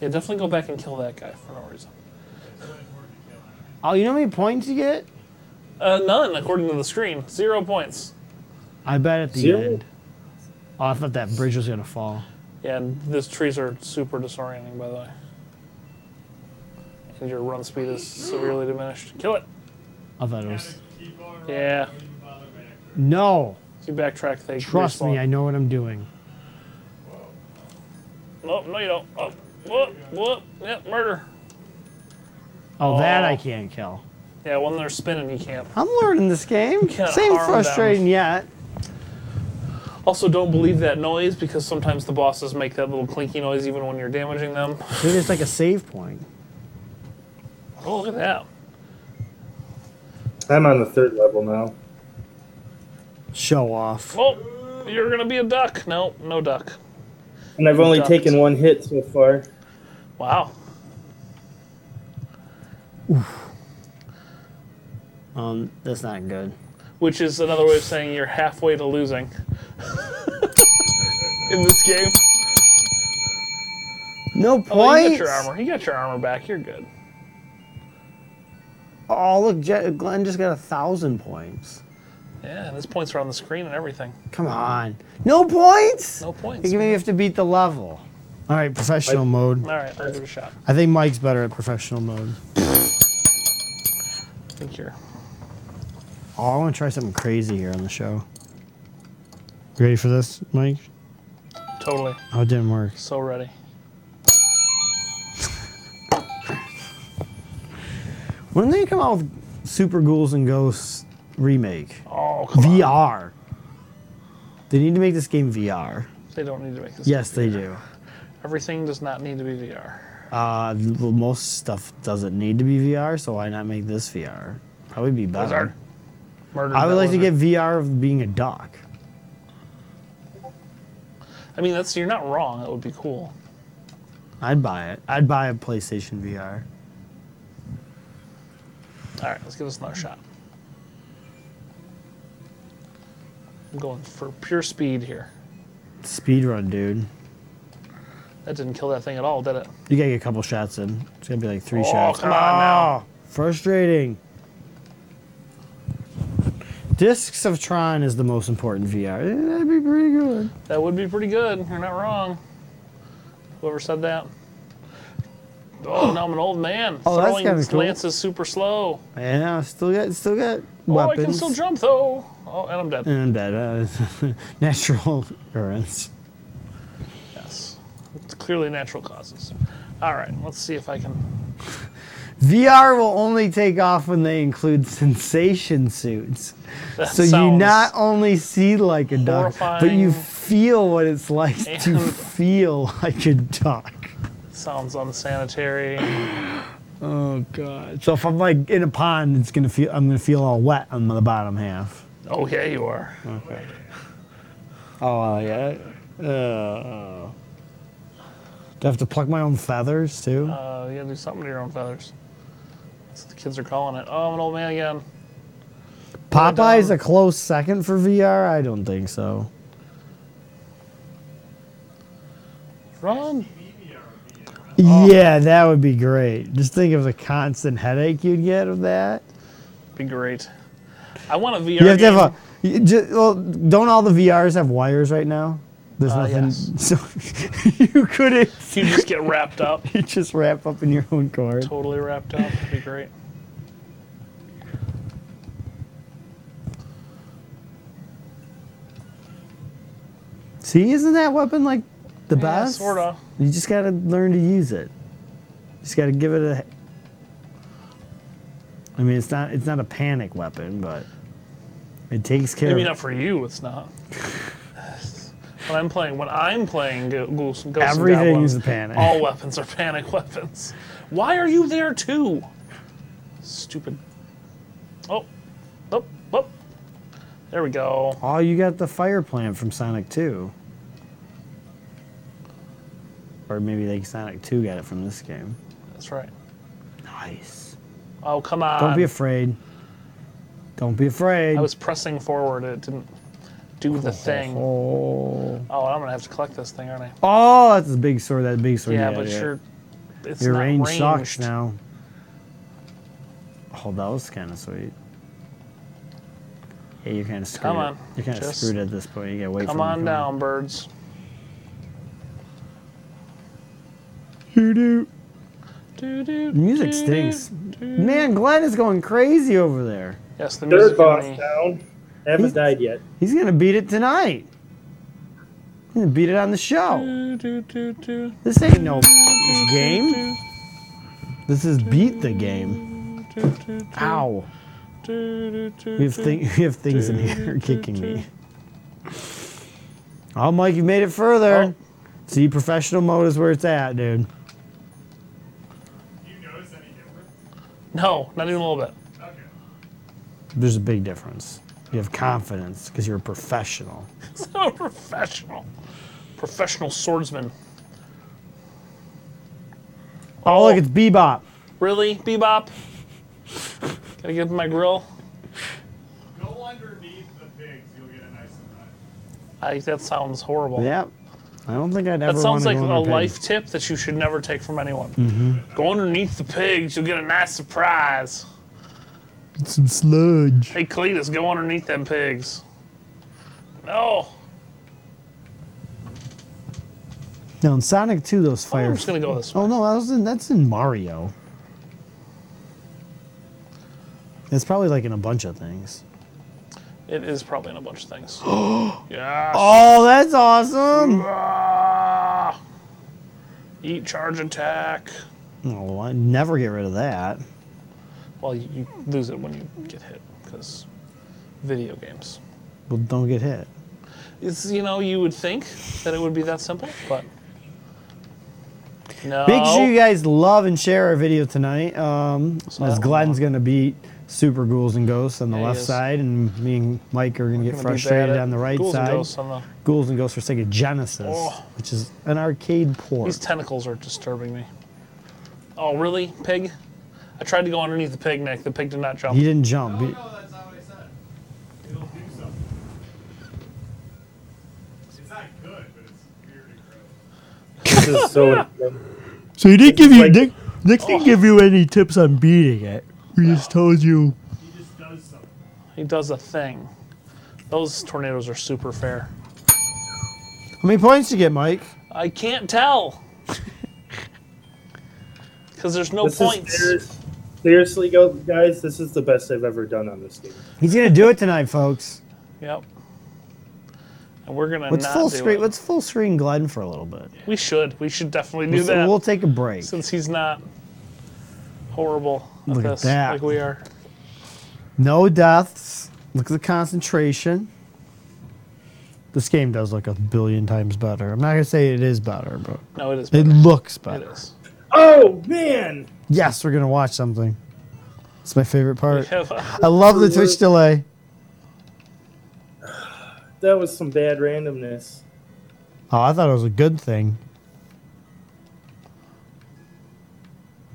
Yeah, definitely go back and kill that guy for no reason. Oh, you know how many points you get? Uh, none, according to the screen. Zero points. I bet at the Zero. end. Oh, I thought that bridge was gonna fall. Yeah, and these trees are super disorienting, by the way. And your run speed is severely diminished. Kill it. I thought it was. Keep going around. Yeah. Wouldn't bother back. No, If you backtrack, they trust me, I respawn. know what I'm doing. Nope, no, you don't. Oh, whoop, whoop. Yep, murder. Oh, that I Oh. can't kill. Yeah, when they're spinning, you can't. I'm learning this game. Kinda Same arm frustrating them. yet. Also, don't believe that noise because sometimes the bosses make that little clinky noise even when you're damaging them. Maybe it's like a save point. Oh, look at that. I'm on the third level now. Show off. Oh, you're gonna be a duck. No, no duck. And I've only Ducked. taken one hit so far. Wow. Um, that's not good. Which is another way of saying you're halfway to losing. In this game. No Oh, you got points. your armor. You got your armor back. You're good. Oh, look, Je- Glenn just got a thousand points. Yeah, and his points are on the screen and everything. Come on. No points. No points. You All maybe have to beat the level. All right, professional mode. right, I'll give it a shot. I think Mike's better at professional mode. I think you're. Oh, I want to try something crazy here on the show. You ready for this, Mike? Totally. Oh, it didn't work. So ready. When did they come out with Super Ghouls and Ghosts remake? Oh, come on. VR. They need to make this game VR. They don't need to make this. Yes, they do. Everything does not need to be VR. Uh, well, most stuff doesn't need to be VR, so why not make this VR? Probably be better. Lizard. Murder. I would that like to lizard. get VR of being a doc. I mean, that's you're not wrong. That would be cool. I'd buy it. I'd buy a PlayStation VR. All right, let's give this another shot. I'm going for pure speed here. Speedrun, dude. That didn't kill that thing at all, did it? You gotta get a couple shots in. It's gonna be like three oh, shots. Ah, come on now. Frustrating. Discs of Tron is the most important VR. Eh, That'd be pretty good. That would be pretty good. You're not wrong. Whoever said that. Oh, now I'm an old man. Oh, that's Throwing kinda cool. lances super slow. Yeah, still got still got Oh, I weapons. can still jump though. Oh, and I'm dead. and I'm dead. Uh, natural occurrence. Yes. It's clearly natural causes. All right, let's see if I can. VR will only take off when they include sensation suits. That So you sounds- not only see like a duck, but you horrifying. feel what it's like to And- feel like a duck. sounds unsanitary. Oh god. So if I'm like in a pond, it's gonna feel I'm gonna feel all wet on the bottom half. oh yeah, you are. Oh uh, yeah. Uh, do I have to pluck my own feathers too? Uh, you gotta do something to your own feathers. That's what the kids are calling it. Oh, I'm an old man again. Popeye's a close second for VR. I don't think so. Run. Yeah, that would be great. Just think of the constant headache you'd get of that. Be great. I want a VR. You have to have a. game. you ju- well, don't all the VRs have wires right now? There's Uh, nothing. yes. So you couldn't. You just get wrapped up. You just wrap up in your own cord. totally wrapped up. It'd be great. See, isn't that weapon like the best? Yeah, sorta. You just gotta learn to use it. Just gotta give it a. I mean, it's not it's not a panic weapon, but it takes care. Maybe of not for you. It's not. when I'm playing, when I'm playing Go- Ghouls and Ghosts and Everything is Goblins, a panic. All weapons are panic weapons. Why are you there too? Stupid. Oh, oh, oh. There we go. Oh, you got the fire plant from Sonic Two. Or maybe like Sonic Two got it from this game. That's right. Nice. Oh, come on. Don't be afraid. Don't be afraid. I was pressing forward. It didn't do the thing. Oh, Oh. I'm gonna have to collect this thing, aren't I? Oh, that's a big sword. That big sword. Yeah, you but got, you're It's Your not range ranged. sucks now. Oh, that was kind of sweet. Yeah, you're kind of screwed. Come on, You're kind of just screwed at this point. You gotta wait for Come them to on down, birds. Doo-doo. Doo, doo, The music doo, stinks. doo. Man, Glenn is going crazy over there. Yes, the Third music. boss in the- down. Haven't died yet. He's gonna beat it tonight. He's gonna beat it on the show. Doo, doo, doo, doo, This ain't no game. This is beat the game. doo, doo, Ow. doo, doo, doo, We have, doo. thing- we have things in here kicking me. Oh, Mike, you made it further. See, professional mode is where it's at, dude. Do you notice any difference? No, not even a little bit. Okay. There's a big difference. You have confidence because you're a professional. It's not a professional. Professional swordsman. Oh, look, it's Bebop. Really, Bebop? Gotta get my grill. Go underneath the pigs, you'll get a nice surprise. I, that sounds horrible. Yep. I don't think I'd ever That sounds wanna like go a under Mm-hmm. bed. life tip that you should never take from anyone. Go underneath the pigs, you'll get a nice surprise. Some sludge. Hey, Cletus, go underneath them pigs. No, Now in Sonic 2, those I'm fires. just gonna go this way. Oh no, that was in, that's in Mario. It's probably like in a bunch of things. It is probably in a bunch of things. yes. Oh, that's awesome! Ah. Eat, charge, attack. Oh, I never get rid of that. Well, you, you lose it when you get hit because video games. Well, don't get hit. It's you know you would think that it would be that simple, but no. Make sure you guys love and share our video tonight. Um, So as that Glenn's one. gonna beat Super Ghouls and Ghosts on the Yeah, he left is. side, and me and Mike are gonna get Gonna be bad frustrated at on the right ghouls and side. ghosts on the- Ghouls and Ghosts for Sega Genesis, Oh. which is an arcade port. these tentacles are disturbing me. Oh really, pig? I tried to go underneath the pig, Nick. The pig did not jump. he didn't jump. Oh He- no, that's not what I said. It'll do something. It's not good, but it's weird and gross. This is so. So he didn't give you- you Like- Nick. Nick didn't give you any tips on beating it. We just told you. He just does something. He does a thing. Those tornadoes are super fair. How many points did you get, Mike? I can't tell. Because there's no This points. is ser- seriously, go guys. This is the best I've ever done on this game. He's gonna do it tonight, folks. Yep. And we're gonna Let's not full do screen. it. Let's full screen Glenn for a little bit. We should. We should definitely We'll, do that. we'll take a break. since he's not horrible at Look at this that. like we are. No deaths. Look at the concentration. This game does look a billion times better. I'm not gonna say it is better, but No, it is. it better. looks It better. is. Oh man! Yes, we're gonna watch something. It's my favorite We part. have uh, a- I love the Twitch delay. That was some bad randomness. Oh, I thought it was a good thing.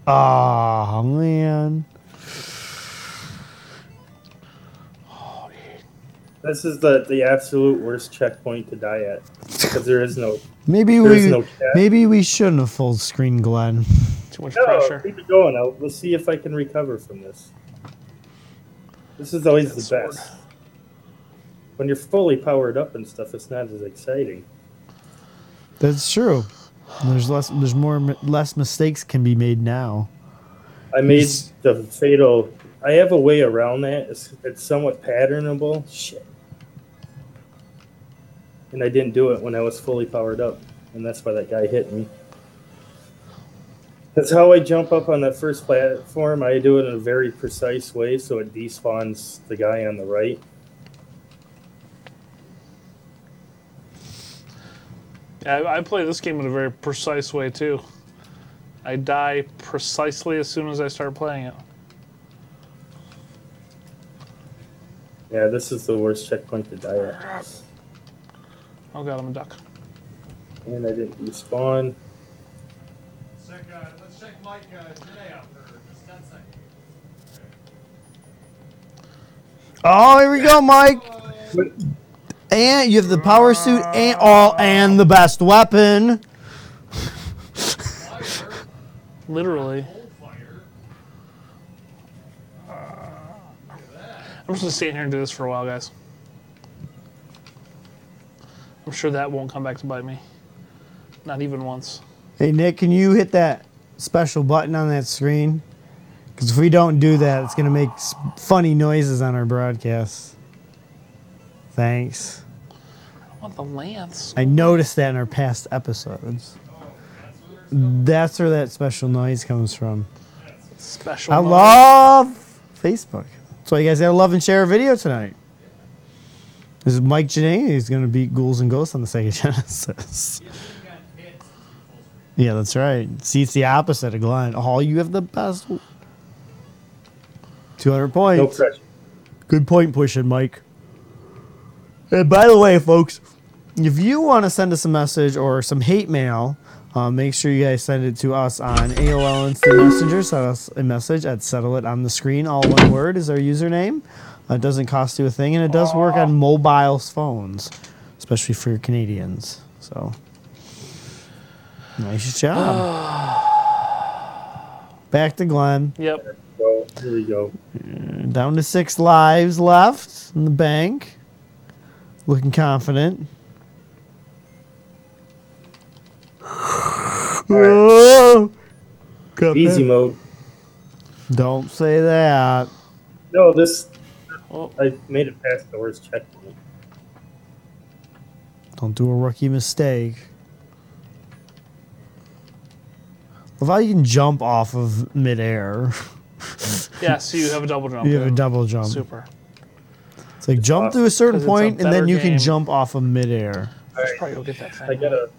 Oh man. This is the, the absolute worst checkpoint to die at because there is no Maybe There's we no chat. maybe we shouldn't have full screen Glenn. too much no. pressure. Keep it going. I'll, let's see if I can recover from this. This is always the Sword. best. When you're fully powered up and stuff, it's not as exciting. That's true. There's less there's more mi- less mistakes can be made now. I made Yes. the fatal. I have a way around that. It's, it's somewhat patternable. Shit. And I didn't do it when I was fully powered up, and that's why that guy hit me. That's how I jump up on that first platform. I do it in a very precise way, so it despawns the guy on the right. Yeah, I, I play this game in a very precise way too. I die precisely as soon as I start playing it. Yeah, this is the worst checkpoint to die at. Oh god, I'm a duck. And I didn't despawn. Let's check, uh, let's check Mike uh, today out for just 10 seconds. Oh, here we go, Mike. And you have the power suit and all and the best weapon. Literally. I'm just gonna stay in here and do this for a while, guys. I'm sure that won't come back to bite me. Not even once. Hey, Nick, can you hit that special button on that screen? Because if we don't do that, it's going to make s- funny noises on our broadcast. Thanks. I want the lance. I noticed that in our past episodes. That's where that special noise comes from. Special. I moment. love Facebook. That's why you guys gotta love and share a video tonight. This is Mike Janae. He's gonna beat Ghouls and Ghosts on the Sega Genesis. Yeah, that's right. See, it's the opposite of Glenn. Oh, you have the best. w- 200 points. No pressure. Good point pushing, Mike. And by the way, folks, if you want to send us a message or some hate mail, uh, make sure you guys send it to us on AOL Instant Messenger. Send us a message at Settle It on the Screen. All one word is our username. Uh, it doesn't cost you a thing, and it does work on mobile phones, especially for your Canadians. So, nice job. Back to Glenn Yep. So here we go. down to six lives left in the bank. Looking confident. Oh, got Easy that. mode. Don't say that. No, this. Oh. I made it past the worst checkpoint. Don't do a rookie mistake. Love how you can jump off of midair. Yeah. So you have a double jump. you have a yeah. double jump. Super. It's like jump to a certain 'Cause it's a point and better then you game. can jump off of midair. I should probably go get that thing. I gotta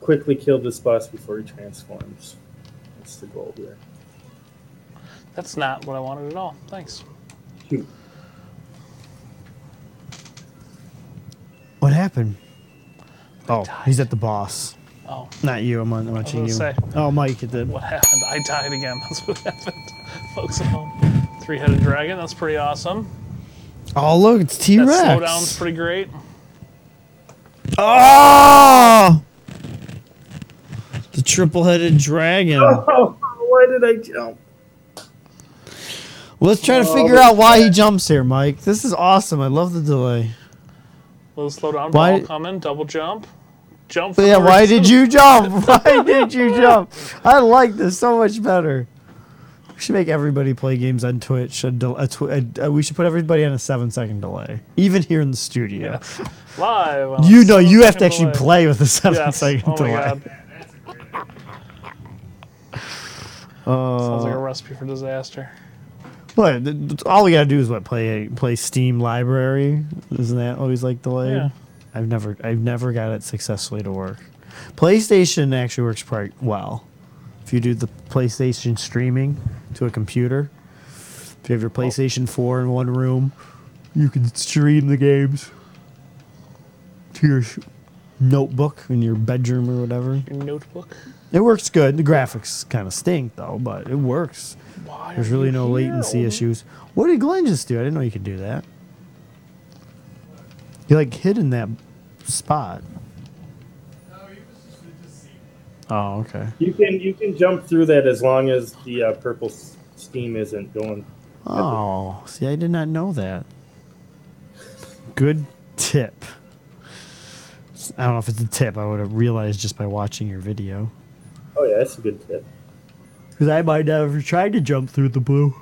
quickly kill this boss before he transforms. That's the goal here. That's not what I wanted at all. Thanks. Shoot. What happened? Oh, he's at the boss. Oh, Not you. I'm on- I'm watching gonna you. say. Oh, Mike, it did. what happened? I died again. That's what happened. Folks at home. Three-headed dragon. That's pretty awesome. Oh, look, it's T That Rex. slowdown's pretty great. Oh! The triple headed dragon. Oh, why did I jump? Let's try Oh, to figure out why he jumps here, Mike. This is awesome. I love the delay. Little slow down Why- ball coming, double jump, jump. For But yeah, no why reason. did you jump? Why did you jump? I like this so much better. We should make everybody play games on Twitch. A del- a tw- a, a, we should put everybody on a seven second delay, even here in the studio. live? on You a know, you have to actually second delay. play with a seven Yes. second Oh my delay. god, sounds Uh, like a recipe for disaster. But th- th- all we gotta do is what play play Steam library. Isn't that always like delayed? Yeah. I've never I've never got it successfully to work. PlayStation actually works quite well. If you do the PlayStation streaming to a computer, if you have your Oh. PlayStation 4 in one room, you can stream the games to your sh- notebook in your bedroom or whatever. Your notebook. It works good. The graphics kind of stink though, but it works. Why are There's really you no here? latency issues. What did Glenn just do? I didn't know you could do that. You like hid in that spot. Oh, okay. You can you can jump through that as long as the uh, purple s- steam isn't going. Oh, see, I did not know that. Good tip. I don't know if it's a tip. I would have realized just by watching your video. Oh yeah, that's a good tip. Because I might not have tried to jump through the blue.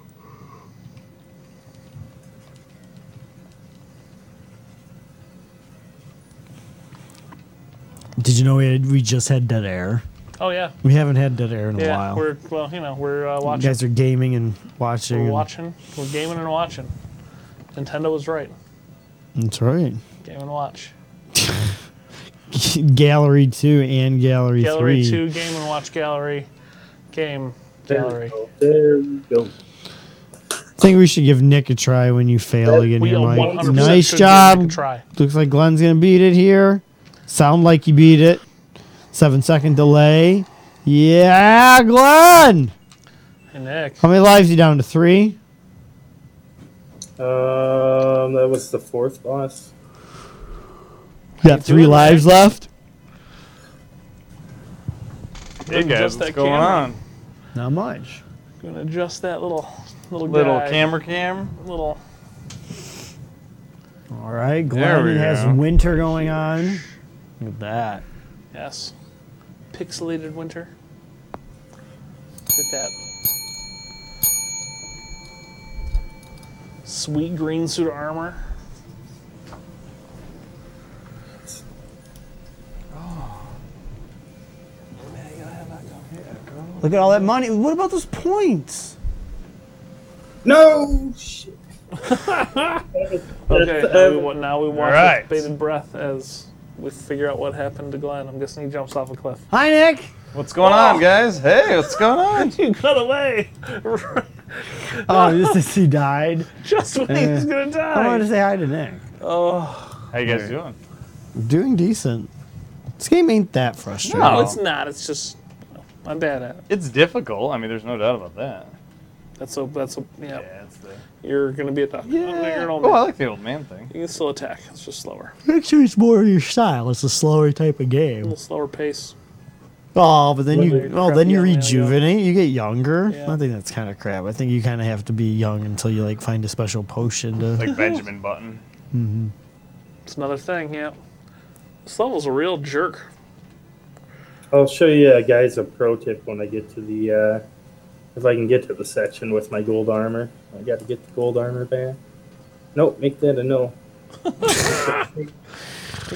Did you know we, had, we just had dead air? Oh yeah, We haven't had dead air in yeah. a while. We're well, you know, we're uh, you watching. guys are gaming and watching. we're and- watching. We're gaming and watching. Nintendo was right. That's right. Game and watch. gallery 2 and Gallery, Gallery 3. two, game and watch gallery, game There gallery. we go. There we go. I think we should give Nick a try when you fail again We here, are Mike. 100% Nice should give Nick a job. Try. Looks like Glenn's gonna beat it here. Sound like you beat it. Seven second delay. Yeah, Glenn. Hey Nick. How many lives you down to? Three. Um, that was the fourth boss. You got three doing, lives left. Hey guys, what's going on? Not much. Gonna adjust that little little Little guy, camera cam. Little All right, There Glenn we has go. winter going on. Look at that. yes, pixelated winter. Get that sweet green suit of armor. Look at all that money. What about those points? No shit. Okay, now we, wa- now we watch Alright. with bated breath as we figure out what happened to Glenn. I'm guessing he jumps off a cliff. Hi, Nick. What's going on, guys? Hey, what's going on? You got away Oh, this is he died. just when he was Uh, gonna I wanted to die. Oh. say hi to Nick. How you guys doing? Doing decent. This game ain't that frustrating. No, No. it's not. It's just I'm bad at it. Oh. It's difficult. I mean, there's no doubt about that. That's a that's a yeah. Yeah, it's the. You're gonna be a doctor. You're an old Oh, man. I like the old man thing. You can still attack. It's just slower. A Actually, it's more your style. It's a slower type of game. little slower pace. Oh, but then you Whether oh you're then you crap young or young. rejuvenate. You get younger. Yeah. I think that's kind of crap. I think you kind of have to be young until you like find a special potion to. Like Benjamin Button. It's another thing. Yeah. This level's a real jerk. I'll show you uh, guys a pro tip when I get to the, uh, if I can get to the section with my gold armor. I got to get the gold armor back. Nope, make that a no. I think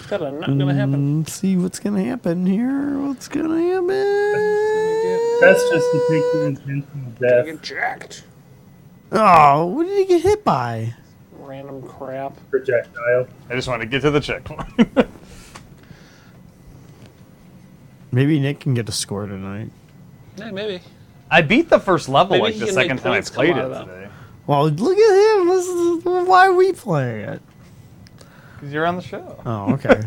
that not gonna Mm. happen. Let's Hmm, see what's gonna happen here. What's gonna happen? That's just to take the intentional You death get jacked. Oh, what did he get hit by? Random crap. projectile. I just wanted to get to the checkpoint. Maybe Nick can get a score tonight. Yeah, maybe. I beat the first level Maybe like you the can make second time I points come played out it of that. today. Well, look at him. This is why we playing it. Because you're on the show. Oh, okay.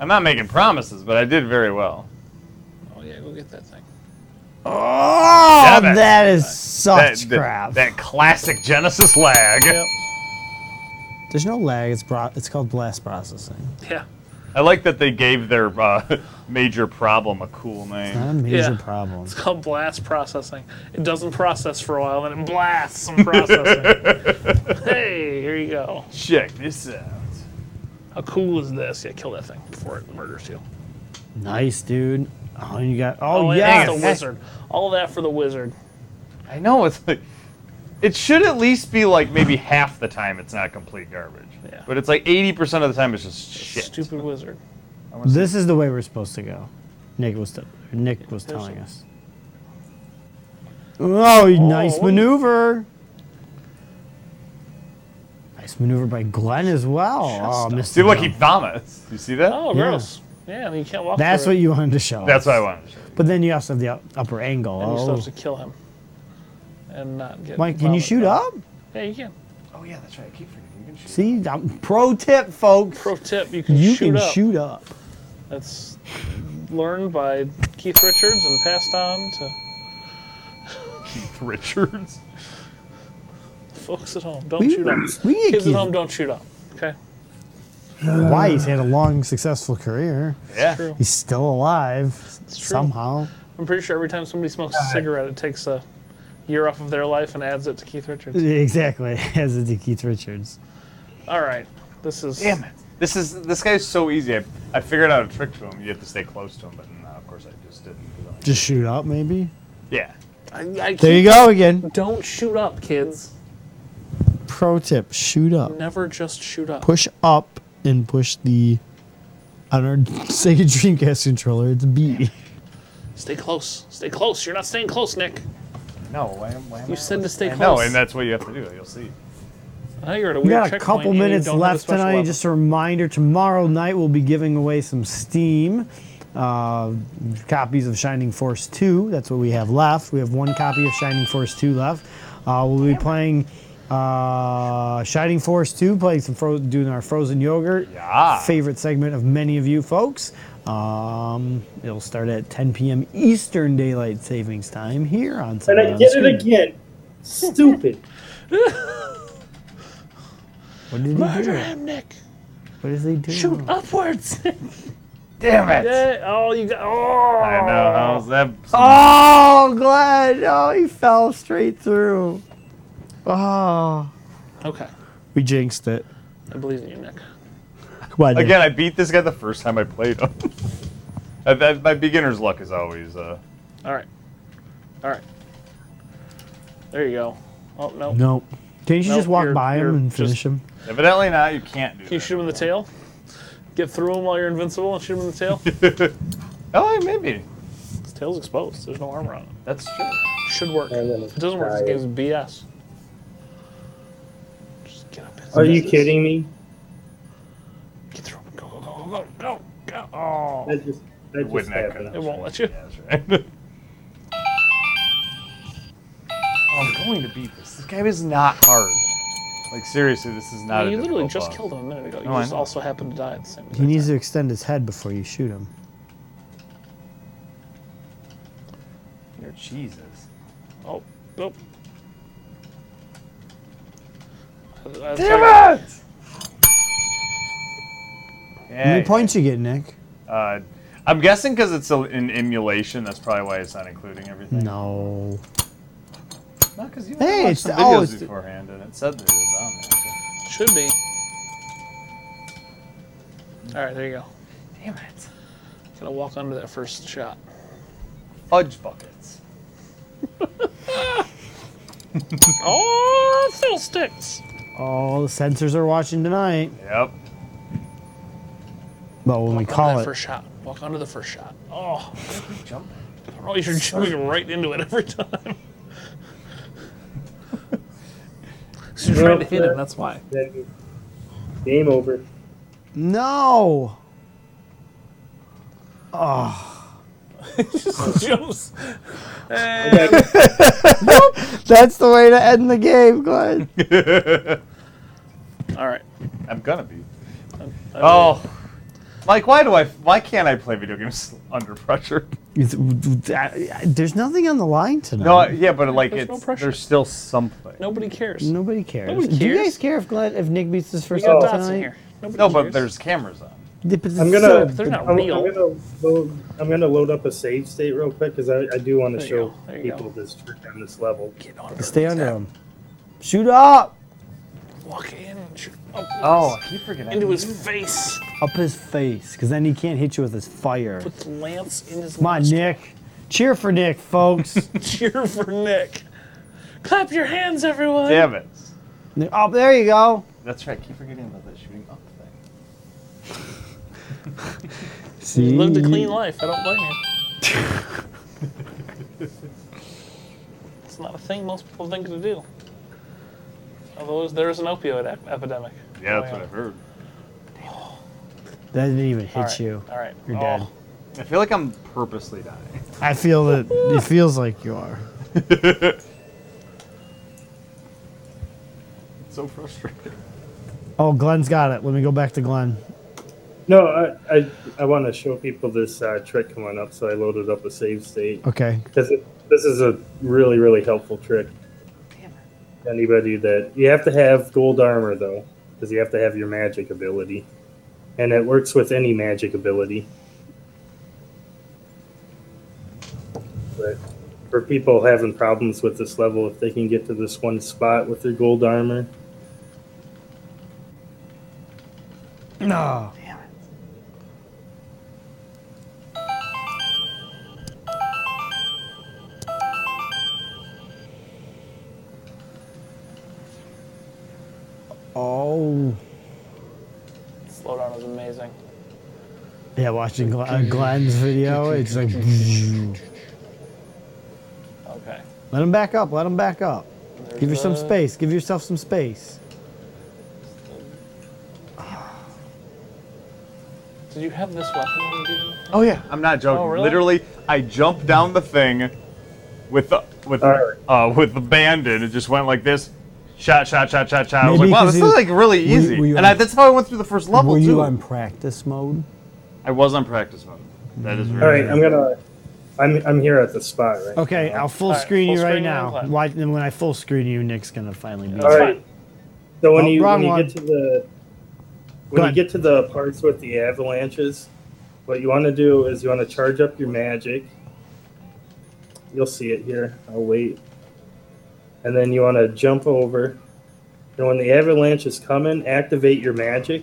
I'm not making promises, but I did very well. Oh yeah, go get that thing. oh, Damn it. that is Oh, such that, crap. That classic Genesis lag. There's no lag. It's bro- It's called blast processing. Yeah. I like that they gave their uh, major problem a cool name. Not a major Yeah. problem. It's called blast processing. It doesn't process for a while, then it blasts some processing. hey, here you go. Check this out. How cool is this? Yeah, kill that thing before it murders you. Nice, dude. Oh, you got. Oh, Oh, yeah, yeah. the wizard. All that for the wizard. I know it's like it should at least be like maybe half the time it's not complete garbage. Yeah. But it's like 80% of the time it's just shit. Stupid wizard. This is the way we're supposed to go. Nick was t- Nick was telling us. Oh, nice what- maneuver. Nice maneuver by Glenn as well. Oh, Just- missed See, the look, jump. he vomits. You see that? Oh, Yeah. gross. Yeah, and you can't walk. That's through what it. you wanted to show. That's what I us. wanted. to show you. But then you also have the u- upper angle. And you Oh. still have to kill him. And not get. Mike, can you vomit shoot from- up? Yeah, you can. Oh yeah, that's right. I keep forgetting. You can shoot. See, I'm, pro tip, folks. Pro tip: you can You shoot can up. shoot up. That's learned by Keith Richards and passed on to Keith Richards. folks at home. Don't We, shoot up. we get Kids at kids- home, don't shoot up. Okay. Why he's had a long, successful career. Yeah. True. He's still alive true. somehow. I'm pretty sure every time somebody smokes a cigarette, it takes a year off of their life and adds it to Keith Richards. Exactly, as is Keith Richards. All right, this is Damn it. This is this guy's so easy. I, I figured out a trick to him. You have to stay close to him, but no, of course I just didn't. 'cause I'm- Just shoot up, maybe. Yeah. I, I There you keep- go again. Don't shoot up, kids. Pro tip: shoot up, Never just shoot up. push up, and push the on our Sega Dreamcast controller. It's B. Stay close. Stay close. You're not staying close, Nick. No. Why, am- why am You I said to stay close. No, and that's what you have to do. You'll see. Now you're at a We weird got a checkpoint couple and you minutes don't have a left special tonight. weapon. Just a reminder: tomorrow night we'll be giving away some Steam uh, copies of Shining Force 2. That's what we have left. We have one copy of Shining Force 2 left. Uh, we'll be playing uh, Shining Force 2, playing some fro- doing our frozen yogurt. Yeah. Favorite segment of many of you folks. Um, it'll start at 10 p.m. Eastern Daylight Savings Time here on. And Sunday I on did it Screen. again. Stupid. What did he Murder do? him, Nick. What does he do? Shoot upwards. Damn it! Yeah. Oh, you got. Oh. I know. How's that? Oh, Glenn! Oh, he fell straight through. Oh, Okay. we jinxed it. I believe in you, Nick. Come on, Nick. Again, I beat this guy the first time I played him. I, I, my beginner's luck is always. Uh, All right. All right. There you go. Oh no. Nope. Can't you Nope, just walk you're- by you're him and just- finish him? evidently not. You can't do. Can you that. shoot him in the tail? Get through him while you're invincible and shoot him in the tail. Oh, maybe. His tail's exposed. There's no armor on him. That's true. Should work. And then If it doesn't work, this try it. game's BS. Just get up. his Are you business. kidding me? Get through him. Go go go go go go go. Oh. That just that just Wouldn't that happened. cut It won't let you. Yeah, that's right. Oh, I'm going to beat this. This game is not hard. Like seriously, this is not. a you literally difficult just boss. killed him a minute ago. You No, I just know. also happened to die at the same He exact needs time. to extend his head before you shoot him. Here, Jesus. Oh, nope. Damn it! How many points you get, Nick? Uh, I'm guessing because it's a, an emulation. That's probably why it's not including everything. No. Not because you. Hey, I watched it's- some oh, videos it's- beforehand, and it said that it was on there. so- Should be. All right, there you go. Damn it. Gotta walk under that first shot. Fudge buckets. Oh, it still sticks. All Oh, the sensors are watching tonight. Yep. Well, when we call that it. first shot. Walk under the first shot. Oh. Oh, you're jumping right into it every time. So you're trying to hit him, that's why. Then Game over. No. Ah. Jumps. That's the way to end the game, Glenn. All right. I'm gonna be. Oh, Mike, why do I? Why can't I play video games under pressure? It's- I- I- There's nothing on the line tonight. No, I- yeah, but like There's it's no pressure. there's still something. Nobody cares. Nobody cares. Nobody Do you cares. guys care if Glenn, if Nick beats his We first got one dots in tonight? here. Nobody Oh. No, but cares. there's cameras on. Yeah, but I'm it's gonna- so- They're not I'm, I'm real. gonna load. I'm gonna load up a save state real quick because I, I do want There to you show go, there you people this trick on this level. Get under. Stay under him. Shoot up. Walk in and shoot. Oh, I keep forgetting. into his face. Up his face, because then he can't hit you with his fire. Put the lance in his Come on, nostril. Nick. Cheer for Nick, folks. Cheer for Nick. Clap your hands, everyone. Damn it! oh, there you go. That's right. I keep forgetting about that shooting up thing. See, You lived a clean life. I don't blame you. it's not a thing most people think to do. Although there is an opioid ep- epidemic. Oh, Yeah, that's going on. what I've heard. That didn't even hit All right, you. All right. You're oh, dead. I feel like I'm purposely dying. I feel that it feels like you are. It's so frustrating. Oh, Glenn's got it. Let me go back to Glenn. No, I I, I want to show people this uh, trick coming up, so I loaded up a save state Okay. because this is a really really helpful trick. Anybody that you have to have gold armor though, because you have to have your magic ability, and it works with any magic ability. But for people having problems with this level, if they can get to this one spot with their gold armor, No. Oh. Slow down is amazing. Yeah, watching Gl- uh, Glenn's video, it's like. Okay. let him back up. Let him back up. There's Give yourself the- some space. Give yourself some space. Did you have this weapon when you did it? Oh yeah, I'm not joking. Oh, really? Literally, I jumped down the thing with the with Alright. uh, with the bandit. It just went like this, shot, shot, shot, shot, shot. I was like, Maybe wow, 'cause this you- is like really were- easy. were you and I, on- that's how I went through the first level Were too. you on practice mode? I was on practice mode. That Mm-hmm. is very all right, I'm gonna. I'm, I'm here at the spot right Okay, I'll full All right, screen full you right screen and now. clap. Why, then when I full screen you, Nick's gonna finally beat. That's you. All right. fine. So when Oh, you wrong when you one. get to the Go when you ahead. get to the parts with the avalanches, What you want to do is you want to charge up your magic. You'll see it here. I'll wait. And then you want to jump over. And when the avalanche is coming, activate your magic.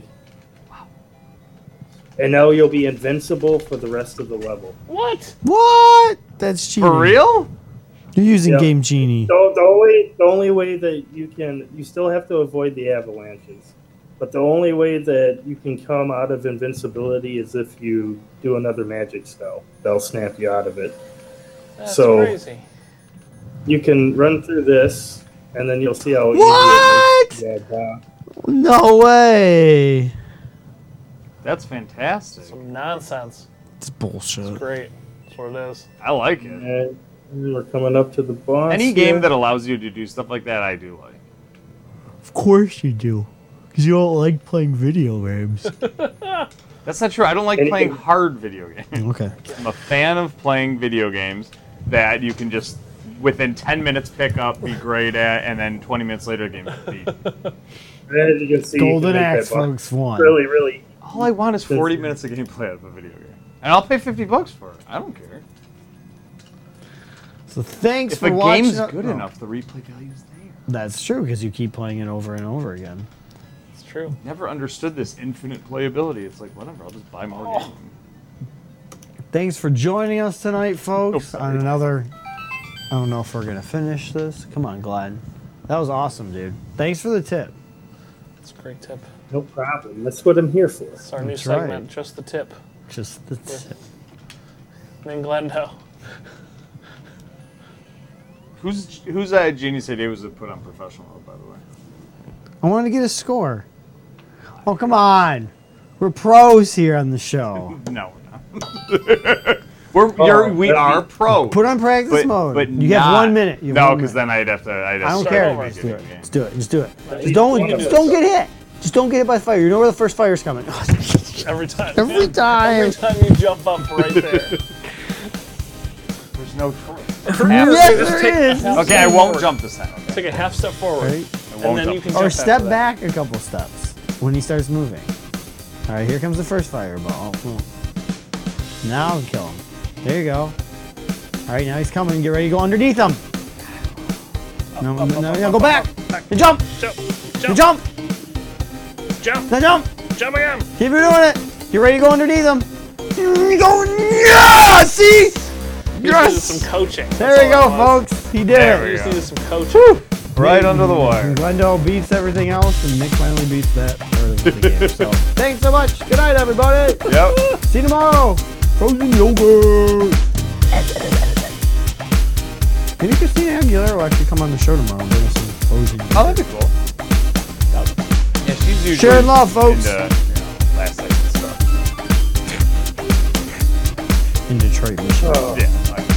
And now you'll be invincible for the rest of the level. What? What? That's cheating. For real? You're using Yeah. Game Genie. So the only the only way that you can you still have to avoid the avalanches, but the only way that you can come out of invincibility is if you do another magic spell. They'll snap you out of it. That's So- crazy. You can run through this, and then you'll see how easy What? it is. to get down. No way. That's fantastic. Some nonsense. It's bullshit. Great. That's what it is. I like it. And we're coming up to the boss. Any game here. that allows you to do stuff like that, I do like. Of course you do. Because you don't like playing video games. That's not true. I don't like Any playing game- hard video games. okay. I'm a fan of playing video games that you can just within 10 minutes pick up, be great at, and then 20 minutes later, game beat. as you can see, you can Golden make that Axe, boss folks, won. Really, really. All I want is 40 That's- minutes of gameplay out of a video game. And I'll pay 50 bucks for it. I don't care. So thanks If for a watching. game's our- good Oh, enough, the replay value is there. That's true, because you keep playing it over and over again. It's true. Never understood this infinite playability. It's like, whatever, I'll just buy more games. Thanks for joining us tonight, folks, on another. I don't know if we're going to finish this. Come on, Glenn. That was awesome, dude. Thanks for the tip. It's a great tip. No problem. That's what I'm here for. It's our new That's segment, right. just the tip. Just the tip. And Glendo. Who's, who's uh, Genius Idea was it put on professional mode, by the way? I wanted to get a score. Oh, come on. We're pros here on the show. No, we're not. we're, you're, Oh, we that'd are pro. Put on practice but, mode. But you have not- one minute. You have no, one because minute. then I'd have to. I'd I have don't to care. over. Just do Video it. game. Just do it. Just do it. Just you don't, wanna just do don't get hit. Just don't get hit by fire. You know where the first fire's coming. Every time. Every time. Every time you jump up right there. There's no choice. yes, there is. Okay, I won't jump this time. Take a half step forward. Right? I And won't then you jump. can jump Or after step that. back a couple steps when he starts moving. All right, here comes the first fireball. Boom. Now kill him. There you go. All right, now he's coming. Get ready to go underneath him. No, no, no, no, go back. Now Jump. Jump, Now Jump. jump, Now jump. jump again. Keep doing it. Get ready to go underneath him. You Go. Yeah. See. You just needed Yes. some coaching. There you go, folks. He did There it. we You just go. needed some coaching. Right under the wire. Glendo beats everything else, and Nick finally beats that part of the game. So, thanks so much. Good night, everybody. Yep. See you tomorrow. Frozen yogurt. Maybe Christina Aguilera will actually come on the show tomorrow and bring us some frozen yogurt. Oh, that'd be cool. Yeah, she's usually Share and love, folks. Into, you know, last second stuff. In Detroit, Michigan. Yeah. I-